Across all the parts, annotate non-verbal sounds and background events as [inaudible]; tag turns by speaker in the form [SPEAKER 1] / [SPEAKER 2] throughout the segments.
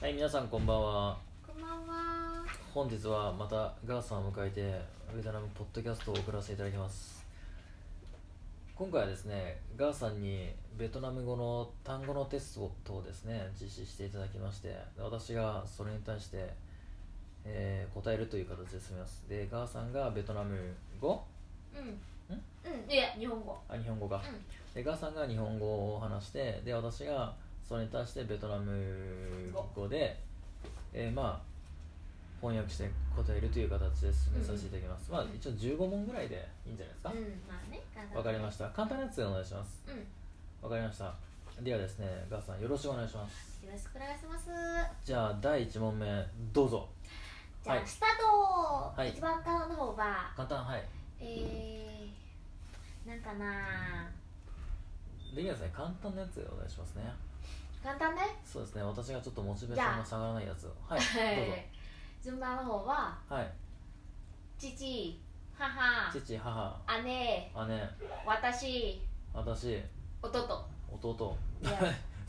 [SPEAKER 1] 皆さんこんばんは
[SPEAKER 2] こんばんは。
[SPEAKER 1] 本日はまたガーさんを迎えてベトナムポッドキャストを送らせていただきます今回はですねガーさんにベトナム語の単語のテスト等をですね実施していただきまして私がそれに対して、えー答えるという形で進みますでガーさんがベトナム語
[SPEAKER 2] うん。
[SPEAKER 1] ん
[SPEAKER 2] うん。いや、日本語。
[SPEAKER 1] あ日本語か
[SPEAKER 2] う
[SPEAKER 1] でガーさんが日本語を話してで私がそれに対してベトナム語で、えーまあ翻訳して答えるという形で進めさせていただきます、まあ一応15問ぐらいでいいんじゃないですか
[SPEAKER 2] ん。うん。まあね。
[SPEAKER 1] わ、かりま
[SPEAKER 2] し
[SPEAKER 1] した簡単なやつでお願いします
[SPEAKER 2] た。うん。よ
[SPEAKER 1] わかりましたではですねガーさんよろしくお願いします
[SPEAKER 2] ろしくお願いします。
[SPEAKER 1] じゃあ第1問目どうぞ
[SPEAKER 2] じゃあ、
[SPEAKER 1] はい
[SPEAKER 2] スタート。
[SPEAKER 1] はい
[SPEAKER 2] 一番顔の方は、
[SPEAKER 1] 簡単はい
[SPEAKER 2] えー、なんかな
[SPEAKER 1] できますね簡単なやつでお願いしますね
[SPEAKER 2] 簡単ね。
[SPEAKER 1] そうですね私がちょっとモチベーションが下がらないやつを [laughs] はいどうぞ
[SPEAKER 2] [laughs] 順番の方は、
[SPEAKER 1] はい父母姉私 [laughs]
[SPEAKER 2] 父、母、姉、私、弟。
[SPEAKER 1] 弟
[SPEAKER 2] いや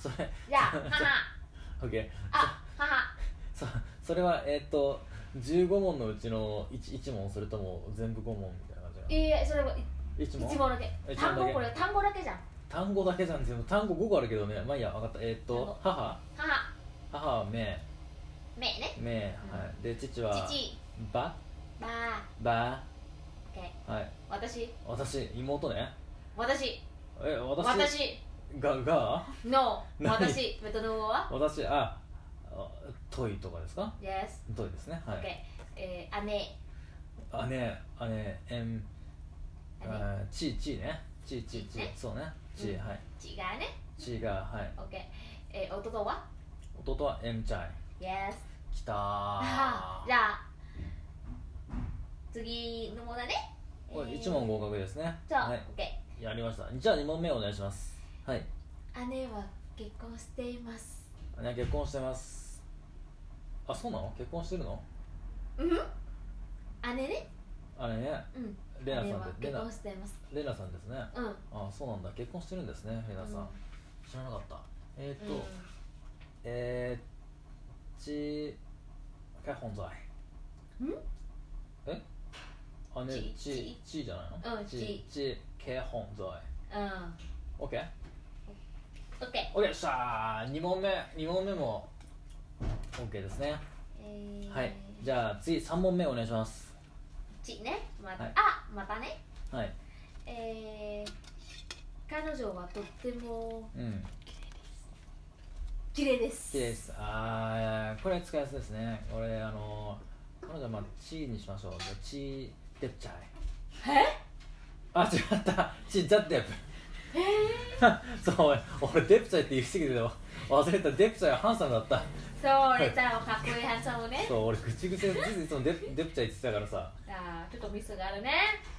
[SPEAKER 1] それ
[SPEAKER 2] じゃあ、
[SPEAKER 1] [laughs]
[SPEAKER 2] 母。
[SPEAKER 1] オッケー
[SPEAKER 2] あ、母。
[SPEAKER 1] そそれはえーっと15問のうちの 1, 一問それとも全部5問みたいな感じ
[SPEAKER 2] いいえ、それも
[SPEAKER 1] 一
[SPEAKER 2] 一
[SPEAKER 1] 問
[SPEAKER 2] 問だけ。
[SPEAKER 1] 一問だけ
[SPEAKER 2] 単語これ、単語だけじゃん。
[SPEAKER 1] 単語だけじゃん全部単語5個あるけどねまあいいや分かったえーっ
[SPEAKER 2] 単
[SPEAKER 1] と
[SPEAKER 2] 語
[SPEAKER 1] 母
[SPEAKER 2] 母、
[SPEAKER 1] 母はめ
[SPEAKER 2] 目ね。
[SPEAKER 1] め
[SPEAKER 2] うん
[SPEAKER 1] はいで父は
[SPEAKER 2] 父、
[SPEAKER 1] ば
[SPEAKER 2] ば
[SPEAKER 1] ば
[SPEAKER 2] オッケー
[SPEAKER 1] はい
[SPEAKER 2] 私
[SPEAKER 1] 私妹ね
[SPEAKER 2] 私
[SPEAKER 1] え私
[SPEAKER 2] 私
[SPEAKER 1] がが
[SPEAKER 2] の
[SPEAKER 1] 何
[SPEAKER 2] 私ベトナム語は
[SPEAKER 1] 私ああトイとかですか
[SPEAKER 2] Yes
[SPEAKER 1] トイですねは
[SPEAKER 2] OK
[SPEAKER 1] い、
[SPEAKER 2] えー、姉
[SPEAKER 1] 姉姉えん
[SPEAKER 2] 姉
[SPEAKER 1] あちいちいねちいちいちい
[SPEAKER 2] ね
[SPEAKER 1] そうねちい、
[SPEAKER 2] うん
[SPEAKER 1] はい
[SPEAKER 2] 違うね
[SPEAKER 1] ちいがはい
[SPEAKER 2] OK えー、弟は
[SPEAKER 1] 弟はエムチャイ
[SPEAKER 2] Yes
[SPEAKER 1] きたー
[SPEAKER 2] あーじゃあ次の問題ね
[SPEAKER 1] これ
[SPEAKER 2] えー
[SPEAKER 1] 一問合格ですね
[SPEAKER 2] そう、
[SPEAKER 1] はい
[SPEAKER 2] OK
[SPEAKER 1] やりましたじゃあ2問目お願いしますはい
[SPEAKER 2] 姉は結婚しています
[SPEAKER 1] 姉は結婚してますあそうなの結婚してるの
[SPEAKER 2] うん姉ね
[SPEAKER 1] あれね
[SPEAKER 2] うん
[SPEAKER 1] レナさ
[SPEAKER 2] 姉
[SPEAKER 1] ん
[SPEAKER 2] は
[SPEAKER 1] でレ
[SPEAKER 2] 結
[SPEAKER 1] ナ
[SPEAKER 2] 婚しています
[SPEAKER 1] レナさんですね
[SPEAKER 2] うん
[SPEAKER 1] あそうなんだ結婚してるんですねレナさん、
[SPEAKER 2] うん
[SPEAKER 1] 知らなかったえー、っ
[SPEAKER 2] う
[SPEAKER 1] と、
[SPEAKER 2] ん
[SPEAKER 1] えー、ちか本在
[SPEAKER 2] ん
[SPEAKER 1] えあね
[SPEAKER 2] ち
[SPEAKER 1] ちちじゃないの
[SPEAKER 2] うん
[SPEAKER 1] ちちけ本在
[SPEAKER 2] うん
[SPEAKER 1] OK
[SPEAKER 2] OK
[SPEAKER 1] オッケーよっしゃー2問目2問目も OK ですね
[SPEAKER 2] えー、
[SPEAKER 1] はいじゃあ次3問目お願いします
[SPEAKER 2] ちねまた、
[SPEAKER 1] はい
[SPEAKER 2] あまたね
[SPEAKER 1] はい
[SPEAKER 2] えー、彼女はとっても
[SPEAKER 1] うん
[SPEAKER 2] 綺麗です
[SPEAKER 1] 綺麗ですあーこれ使いやすいですねこれあのー彼女はまあチーにしましょうじゃあチーデプチャイ
[SPEAKER 2] え
[SPEAKER 1] あ違ったチーザデ
[SPEAKER 2] えー、
[SPEAKER 1] プそう俺俺デプチャイって言い過ぎてたわ忘れたデプチャイはハンサムだった
[SPEAKER 2] そう俺さかっこいいハンサムね
[SPEAKER 1] そう俺口癖でいつもデプデプチャイって言ってたからさ
[SPEAKER 2] あーちょっとミスがあるね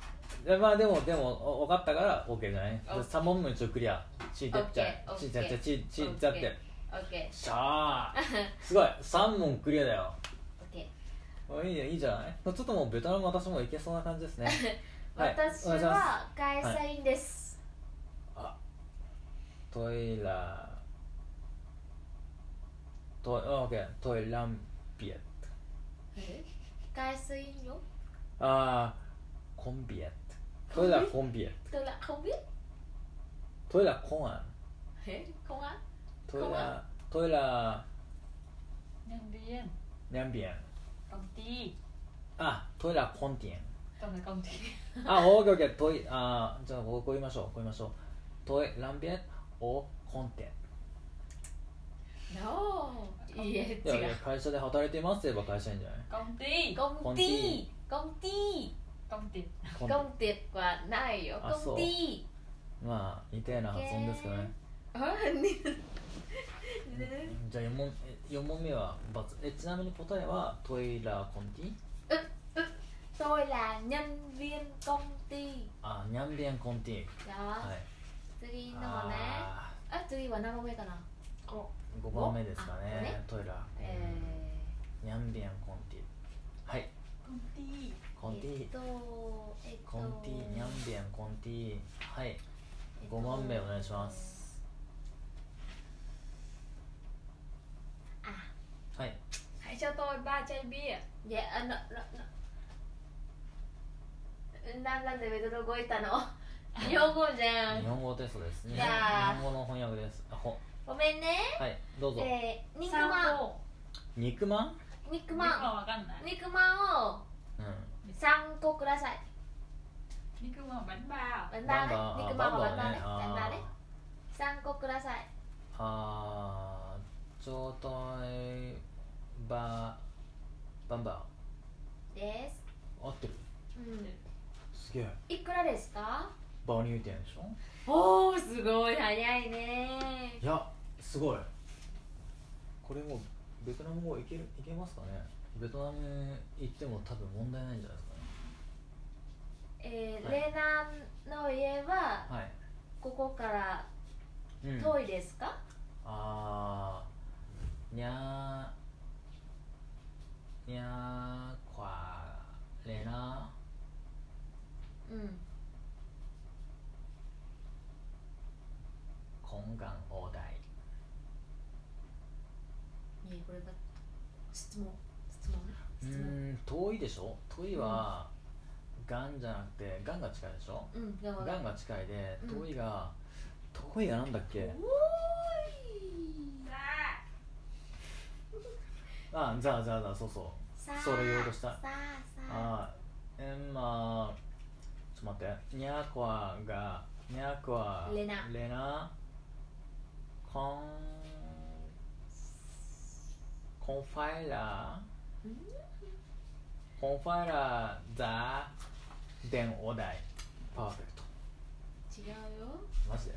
[SPEAKER 2] [laughs]
[SPEAKER 1] でまあでもでもお分かったから OK じゃない
[SPEAKER 2] オッケー
[SPEAKER 1] 3問目一応クリアチーデプチャイ
[SPEAKER 2] オッケー
[SPEAKER 1] チーデプチャイチーチーザデプ
[SPEAKER 2] OKOK
[SPEAKER 1] しゃあすごい3問クリアだよあいいねいいじゃないちょっともうベトナム私もいけそうな感じ
[SPEAKER 2] [laughs]
[SPEAKER 1] ですねはい
[SPEAKER 2] 私
[SPEAKER 1] お願いしま
[SPEAKER 2] は会社員です、
[SPEAKER 1] あトイラトイあオッケートイランビエット
[SPEAKER 2] え会社員よ
[SPEAKER 1] あーコンビエットトイラコンビエッ
[SPEAKER 2] だからコンビ
[SPEAKER 1] トトイラコンアン
[SPEAKER 2] えコンア
[SPEAKER 1] トイ
[SPEAKER 2] コンア
[SPEAKER 1] ラトイラ
[SPEAKER 3] nhân viên
[SPEAKER 1] ニャンビエン
[SPEAKER 3] công ty
[SPEAKER 1] あトイラコンティエン
[SPEAKER 2] [laughs]
[SPEAKER 3] trong là công ty
[SPEAKER 1] あオッケーオッケートイあーじゃあこうこう言いましょうこう言いましょうトイランビエットをコンテン
[SPEAKER 2] No いいえ
[SPEAKER 1] いやい
[SPEAKER 2] 違
[SPEAKER 1] や
[SPEAKER 2] う
[SPEAKER 1] 会社で働いてますって言えば会社員じゃない
[SPEAKER 3] công ty
[SPEAKER 2] コンティコンティ
[SPEAKER 1] コ
[SPEAKER 3] công ty
[SPEAKER 1] ンテ
[SPEAKER 2] コンテはないよ
[SPEAKER 1] あそ
[SPEAKER 2] コ
[SPEAKER 1] う
[SPEAKER 2] ンティ
[SPEAKER 1] まあ似たような発音ですけどね
[SPEAKER 2] あ [laughs] 似てる
[SPEAKER 1] じゃあ4問え四問目は×えちなみに答えはトイラコンティ
[SPEAKER 2] tôi là nhân viên công ty
[SPEAKER 1] あニャンビエンコンティ
[SPEAKER 2] đó
[SPEAKER 1] はい
[SPEAKER 2] 次のね
[SPEAKER 1] あ
[SPEAKER 2] あ次は何番目かな
[SPEAKER 1] ー5番目ですか
[SPEAKER 2] あ
[SPEAKER 1] ね
[SPEAKER 2] ね
[SPEAKER 1] トイラ、
[SPEAKER 2] え
[SPEAKER 1] ニャンビエンコンティはい
[SPEAKER 3] công ty
[SPEAKER 2] ー
[SPEAKER 1] コンティ、
[SPEAKER 2] えっとえっと
[SPEAKER 1] コンティニャンビエンコンティはい
[SPEAKER 2] えっと
[SPEAKER 1] 5番目お願いします
[SPEAKER 2] あ
[SPEAKER 1] はい
[SPEAKER 3] cho tôi ba chai bia
[SPEAKER 2] Dạ, à, nó, nó, nó. Nan nan でベトナム語
[SPEAKER 1] [laughs]
[SPEAKER 2] いたの日本語じゃ
[SPEAKER 1] 日
[SPEAKER 2] ん。
[SPEAKER 1] 本語テストです日
[SPEAKER 2] い
[SPEAKER 1] 本
[SPEAKER 2] やー
[SPEAKER 1] 日本語の翻訳ですあほ
[SPEAKER 2] ごめんね。
[SPEAKER 1] はいどうぞ、
[SPEAKER 2] えー、肉
[SPEAKER 3] Sao
[SPEAKER 2] まん、
[SPEAKER 3] cô?
[SPEAKER 1] 肉まん
[SPEAKER 2] 肉
[SPEAKER 3] Biết
[SPEAKER 2] ま
[SPEAKER 3] mà mà cần này
[SPEAKER 2] ん、肉まんを
[SPEAKER 1] うん
[SPEAKER 2] 三個ください。
[SPEAKER 3] Biết cơ mà bánh bao
[SPEAKER 2] バン
[SPEAKER 1] バ
[SPEAKER 2] ダ
[SPEAKER 1] ンバー、
[SPEAKER 2] ね肉
[SPEAKER 1] あ
[SPEAKER 2] まん
[SPEAKER 1] バ
[SPEAKER 2] はバ
[SPEAKER 1] ンバ
[SPEAKER 2] ン
[SPEAKER 1] ー
[SPEAKER 2] ダね、
[SPEAKER 1] ね
[SPEAKER 2] バンダね。三個ください。
[SPEAKER 1] あーちょうどいばバンバ
[SPEAKER 2] です。
[SPEAKER 1] ー合ってる
[SPEAKER 2] うん。
[SPEAKER 1] すげえ
[SPEAKER 2] いくらですか？
[SPEAKER 1] バーニューテンでしょ
[SPEAKER 2] おお、すごい早いね
[SPEAKER 1] い。やすごいこれもうベトナム語いけるいけますかねベトナム行っても多分問題ないんじゃないですかね
[SPEAKER 2] えー、
[SPEAKER 1] はい
[SPEAKER 2] レナの家は
[SPEAKER 1] はい、
[SPEAKER 2] ここから
[SPEAKER 1] うん、
[SPEAKER 2] 遠いですか？
[SPEAKER 1] あーにゃーにゃーこわれな
[SPEAKER 2] うん。
[SPEAKER 1] こんがんおだい
[SPEAKER 2] ねえこれが質問質問
[SPEAKER 1] う
[SPEAKER 2] 質問
[SPEAKER 1] ーん遠いでしょ遠いは、がんじゃなくてがんが近いでしょ
[SPEAKER 2] うんじゃ
[SPEAKER 1] がんが近いで
[SPEAKER 2] うん
[SPEAKER 1] 遠いが、遠いがなんだっけ
[SPEAKER 3] Ra
[SPEAKER 1] あザーザーザーそうそう
[SPEAKER 2] さあ
[SPEAKER 1] それ言おうとした
[SPEAKER 2] さあさあ
[SPEAKER 1] あーえんまあちょっと待ってにゃーこわがにゃーこわ
[SPEAKER 2] れな
[SPEAKER 1] れなこんこんファイラー
[SPEAKER 2] ん
[SPEAKER 1] こんファイラーザーでんおだいパーフェクト
[SPEAKER 2] 違うよ
[SPEAKER 1] マジで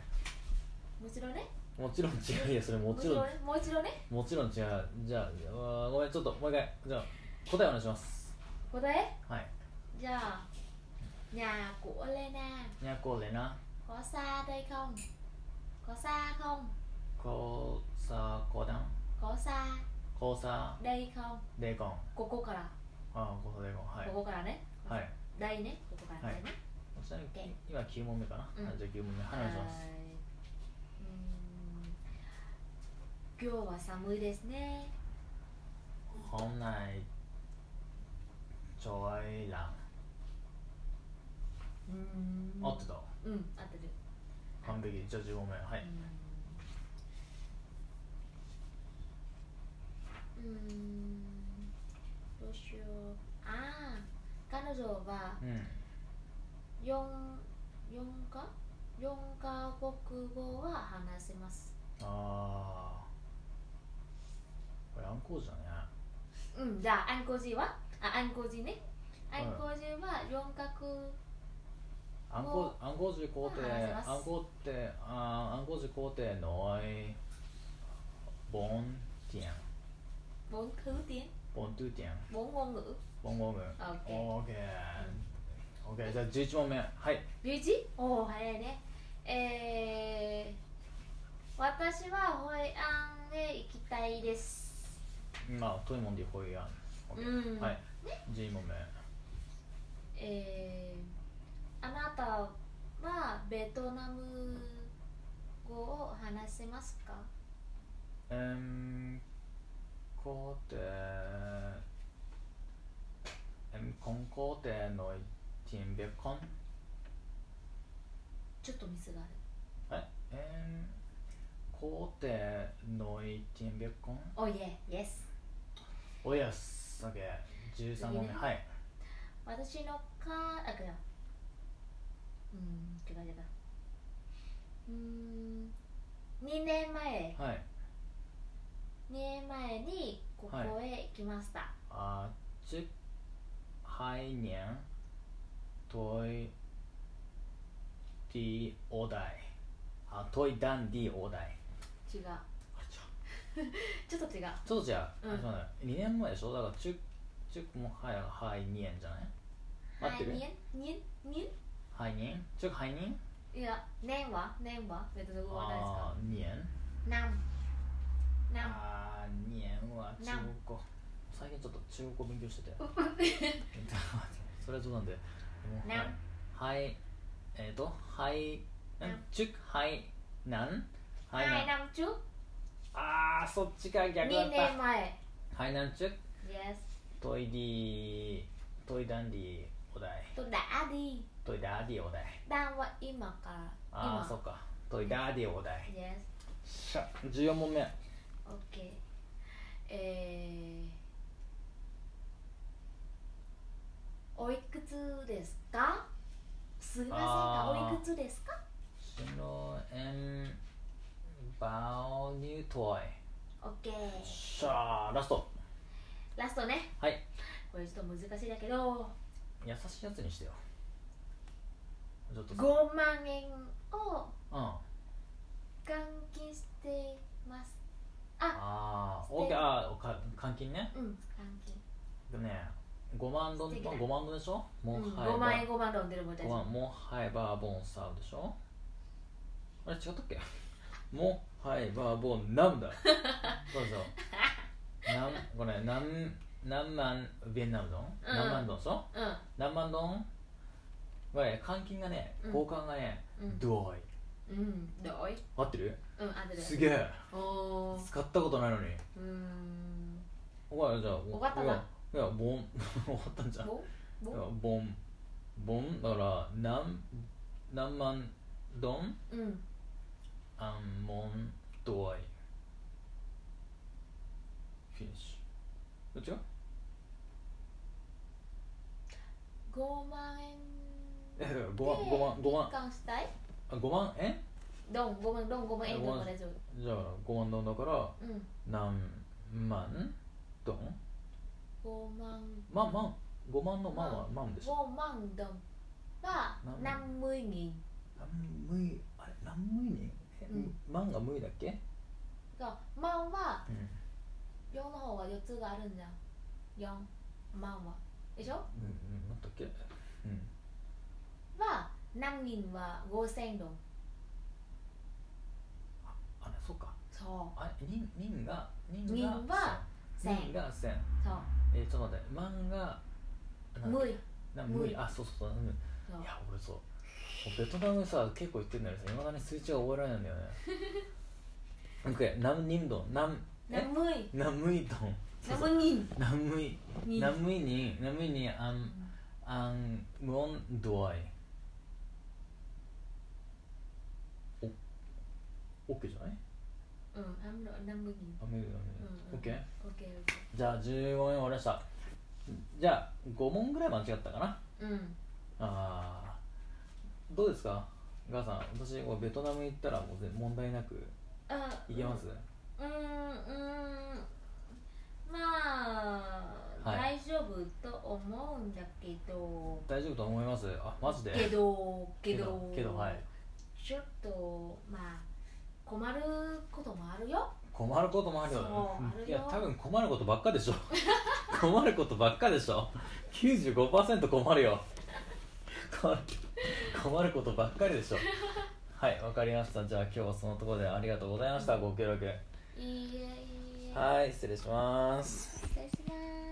[SPEAKER 2] もちろんね
[SPEAKER 1] もちろん違うよそれもちろん
[SPEAKER 2] ねもう一度ね
[SPEAKER 1] もちろん違うじゃあうわーごめんちょっともう一回じゃあ答えお願いします
[SPEAKER 2] 答え
[SPEAKER 1] はい
[SPEAKER 2] じゃあ nhà của Lena
[SPEAKER 1] にゃこれな
[SPEAKER 2] có xa đây không có xa không
[SPEAKER 1] こさこだん
[SPEAKER 2] có xa
[SPEAKER 1] こさ
[SPEAKER 2] đây không
[SPEAKER 1] デーコン
[SPEAKER 2] ここから
[SPEAKER 1] あこさデーコンはい
[SPEAKER 2] ここからね
[SPEAKER 1] はい
[SPEAKER 2] đây ねここからね
[SPEAKER 1] ちなみに今9問目かな、
[SPEAKER 2] うん
[SPEAKER 1] はいじゃあ9問目はいお願いします
[SPEAKER 2] はーいうん今日は寒いですね
[SPEAKER 1] 本来ちょわいらん
[SPEAKER 2] うん
[SPEAKER 1] 合ってた
[SPEAKER 2] うん合ってる
[SPEAKER 1] 完璧じゃあ15問目はい、
[SPEAKER 2] うーんどうしようああ彼女は
[SPEAKER 1] うん
[SPEAKER 2] 4四か四か国語は話せます
[SPEAKER 1] あーこれアンコールじゃね
[SPEAKER 2] うんじゃあアンコジはあアンコジね
[SPEAKER 1] は
[SPEAKER 2] ア
[SPEAKER 1] い
[SPEAKER 2] ンコジは四か国
[SPEAKER 1] アンコアンコール皇帝
[SPEAKER 2] 話せます
[SPEAKER 1] アンコールってあーアンコール皇帝のいボンティアン
[SPEAKER 2] bốn thứ tiếng
[SPEAKER 1] ボントゥティアン
[SPEAKER 2] bốn ngôn ngữ
[SPEAKER 1] ボンゴム
[SPEAKER 2] オッケー
[SPEAKER 1] オーケーオーケーじゃあ11問目はい
[SPEAKER 2] ビチおお早いねえー、私はホイアンへ行きたいです
[SPEAKER 1] まあ、トイモンディホイアン。オッケー
[SPEAKER 2] うん
[SPEAKER 1] はい。十一問目。
[SPEAKER 2] えー、あなたはベトナム語を話せますか
[SPEAKER 1] えーん。皇帝。えん、コン皇帝のティンベコン。
[SPEAKER 2] ちょっとミスがあ
[SPEAKER 1] はい。えん。皇帝のティンベコン。
[SPEAKER 2] るおいえイエス
[SPEAKER 1] おやす。オッケー。十三問目。
[SPEAKER 2] 次ね
[SPEAKER 1] はい。
[SPEAKER 2] 私のかあ違ううーん違う違ううーん2年前
[SPEAKER 1] はい。
[SPEAKER 2] 2年前にここへ来ました、
[SPEAKER 1] あ、十。はい、にゃん。トイ。ディオダイ。あ、トイダンディオダイ。
[SPEAKER 2] 違う
[SPEAKER 1] あちょ
[SPEAKER 2] ちょっと違う
[SPEAKER 1] ちょっとじゃあ、
[SPEAKER 2] うん
[SPEAKER 1] そうだね2年前でしょだから中中もはやはい2年じゃない合ってる
[SPEAKER 2] はい、年年
[SPEAKER 1] はい2年中はい2年
[SPEAKER 2] 年いや、年は年は別の語はないですか
[SPEAKER 1] あー2年
[SPEAKER 2] 何何
[SPEAKER 1] あー2年は中国語最近ちょっと中国語勉強してて [laughs] ちょっと待ってそれは冗談でもう
[SPEAKER 2] なん
[SPEAKER 1] はいはいえっ、ー、とはい
[SPEAKER 2] なん
[SPEAKER 1] 中はいなんはい
[SPEAKER 2] はい、
[SPEAKER 1] なん
[SPEAKER 2] 何中
[SPEAKER 1] あーそっちか逆だっ
[SPEAKER 2] 二年
[SPEAKER 1] た
[SPEAKER 2] 前
[SPEAKER 1] はいなん中
[SPEAKER 2] Yes
[SPEAKER 1] トイディトイダンディお題
[SPEAKER 2] tôi đã đi
[SPEAKER 1] トイダーディお題
[SPEAKER 2] đang và im mà cả
[SPEAKER 1] ああそ
[SPEAKER 2] im
[SPEAKER 1] っかトイダーディお題
[SPEAKER 2] Yes
[SPEAKER 1] しゃ14問目
[SPEAKER 2] OK えーおいくつですかすいませんが
[SPEAKER 1] あー
[SPEAKER 2] おいくつですか
[SPEAKER 1] 白円バオニュートイ
[SPEAKER 2] OK
[SPEAKER 1] しゃあラスト
[SPEAKER 2] ラストね
[SPEAKER 1] はい
[SPEAKER 2] これちょっと難しいだけど
[SPEAKER 1] 優しいやつにしてよちょっと
[SPEAKER 2] 5
[SPEAKER 1] さ
[SPEAKER 2] 万円を
[SPEAKER 1] うんあ
[SPEAKER 2] 換金していますあ
[SPEAKER 1] あー
[SPEAKER 2] 捨
[SPEAKER 1] オ
[SPEAKER 2] て
[SPEAKER 1] ーケーあーおか換金ね
[SPEAKER 2] うん換金
[SPEAKER 1] でね5万ドン
[SPEAKER 2] 素敵だ
[SPEAKER 1] 5万ドンでしょ
[SPEAKER 2] う
[SPEAKER 1] も
[SPEAKER 2] ん、
[SPEAKER 1] う
[SPEAKER 2] 5万円5万ドン出るもん
[SPEAKER 1] ご
[SPEAKER 2] 大丈
[SPEAKER 1] ま
[SPEAKER 2] 夫
[SPEAKER 1] んもはえバーボンサウでしょあれ違ったっけもはえバーボンなん
[SPEAKER 2] [laughs]
[SPEAKER 1] だそうそうなんごめんなん何万ベンナムドン、
[SPEAKER 2] うん
[SPEAKER 1] 何万ドンそう
[SPEAKER 2] うん
[SPEAKER 1] 何万ドンこれ換金がね
[SPEAKER 2] うん
[SPEAKER 1] 交換がね、
[SPEAKER 2] うん
[SPEAKER 1] ドイ
[SPEAKER 2] うんどうい
[SPEAKER 1] 合ってる
[SPEAKER 2] うんあとです
[SPEAKER 1] げえ
[SPEAKER 2] おー
[SPEAKER 1] 使ったことないのに
[SPEAKER 2] うーん
[SPEAKER 1] おかじゃあお
[SPEAKER 2] 終わったない
[SPEAKER 1] やいやボン [laughs] 終わったんじゃん
[SPEAKER 2] ぼぼ
[SPEAKER 1] いやボンボンだから何何万ドン
[SPEAKER 2] うん
[SPEAKER 1] アンモンドアイフィニッシュどっちが
[SPEAKER 2] 5万円
[SPEAKER 1] え5万5万5万
[SPEAKER 2] 換したい
[SPEAKER 1] あ5万円
[SPEAKER 2] ドン5万ドン5万円
[SPEAKER 1] 五
[SPEAKER 2] ド
[SPEAKER 1] 万
[SPEAKER 2] ンも大丈
[SPEAKER 1] じゃあ5万ドンだから
[SPEAKER 2] 夫うん
[SPEAKER 1] 何万ドン
[SPEAKER 2] 5万
[SPEAKER 1] 万万5万の万は万でしょ
[SPEAKER 2] 5万ドンは
[SPEAKER 1] 何
[SPEAKER 2] 50nghìn
[SPEAKER 1] 何無いあれ何無い人え
[SPEAKER 2] うん
[SPEAKER 1] 万が無いだっけ
[SPEAKER 2] が万は
[SPEAKER 1] うん
[SPEAKER 2] 4の方は4つがあるんじゃん4万はでしょ
[SPEAKER 1] うんうんなんだっけうん
[SPEAKER 2] は何人は5000ドン
[SPEAKER 1] あれそうか
[SPEAKER 2] そ
[SPEAKER 1] あれ人人が人が
[SPEAKER 2] 人はう
[SPEAKER 1] 千人
[SPEAKER 2] 1000
[SPEAKER 1] が千
[SPEAKER 2] そう
[SPEAKER 1] えーちょっと待って万がなんだっけ
[SPEAKER 2] 無い
[SPEAKER 1] な
[SPEAKER 2] 無
[SPEAKER 1] 無
[SPEAKER 2] 理
[SPEAKER 1] 理あそうそうそう、うん、
[SPEAKER 2] そう
[SPEAKER 1] いや俺そう俺ベトナムさ結構行ってんだけどさいまだに数値が覚えられないんだ [laughs] よね OK 南人ドン南え
[SPEAKER 2] 70
[SPEAKER 1] 南無イドンそうそう
[SPEAKER 2] 7人
[SPEAKER 1] 南無イ
[SPEAKER 2] に
[SPEAKER 1] 南無イに南無イにアンアンムオンドアイおオッケーじゃない
[SPEAKER 2] うん70人
[SPEAKER 1] あ無理だね
[SPEAKER 2] うん
[SPEAKER 1] オッケー
[SPEAKER 2] OK
[SPEAKER 1] じゃあ15問終わりましたじゃあ5問ぐらい間違ったかな
[SPEAKER 2] OK うん
[SPEAKER 1] あーどうですかガーさん私もうベトナム行ったらもう全問題なく
[SPEAKER 2] あ
[SPEAKER 1] 行けます、
[SPEAKER 2] うーんうーんまあ
[SPEAKER 1] は
[SPEAKER 2] 大丈夫と思うんだけど
[SPEAKER 1] 大丈夫と思いますあマジで
[SPEAKER 2] けどけ
[SPEAKER 1] け
[SPEAKER 2] ど
[SPEAKER 1] どけどはい
[SPEAKER 2] ちょっとまあ困ることもあるよ
[SPEAKER 1] 困ることもあるよね
[SPEAKER 2] そうあるよ
[SPEAKER 1] いや多分困ることばっかでしょ [laughs] 困ることばっかでしょ95%困るよ困る [laughs] 困ることばっかりでしょはいわかりましたじゃあ今日はそのところでありがとうございましたご協力 Ah.
[SPEAKER 2] いいえいいえ
[SPEAKER 1] はい失礼します
[SPEAKER 2] 失礼します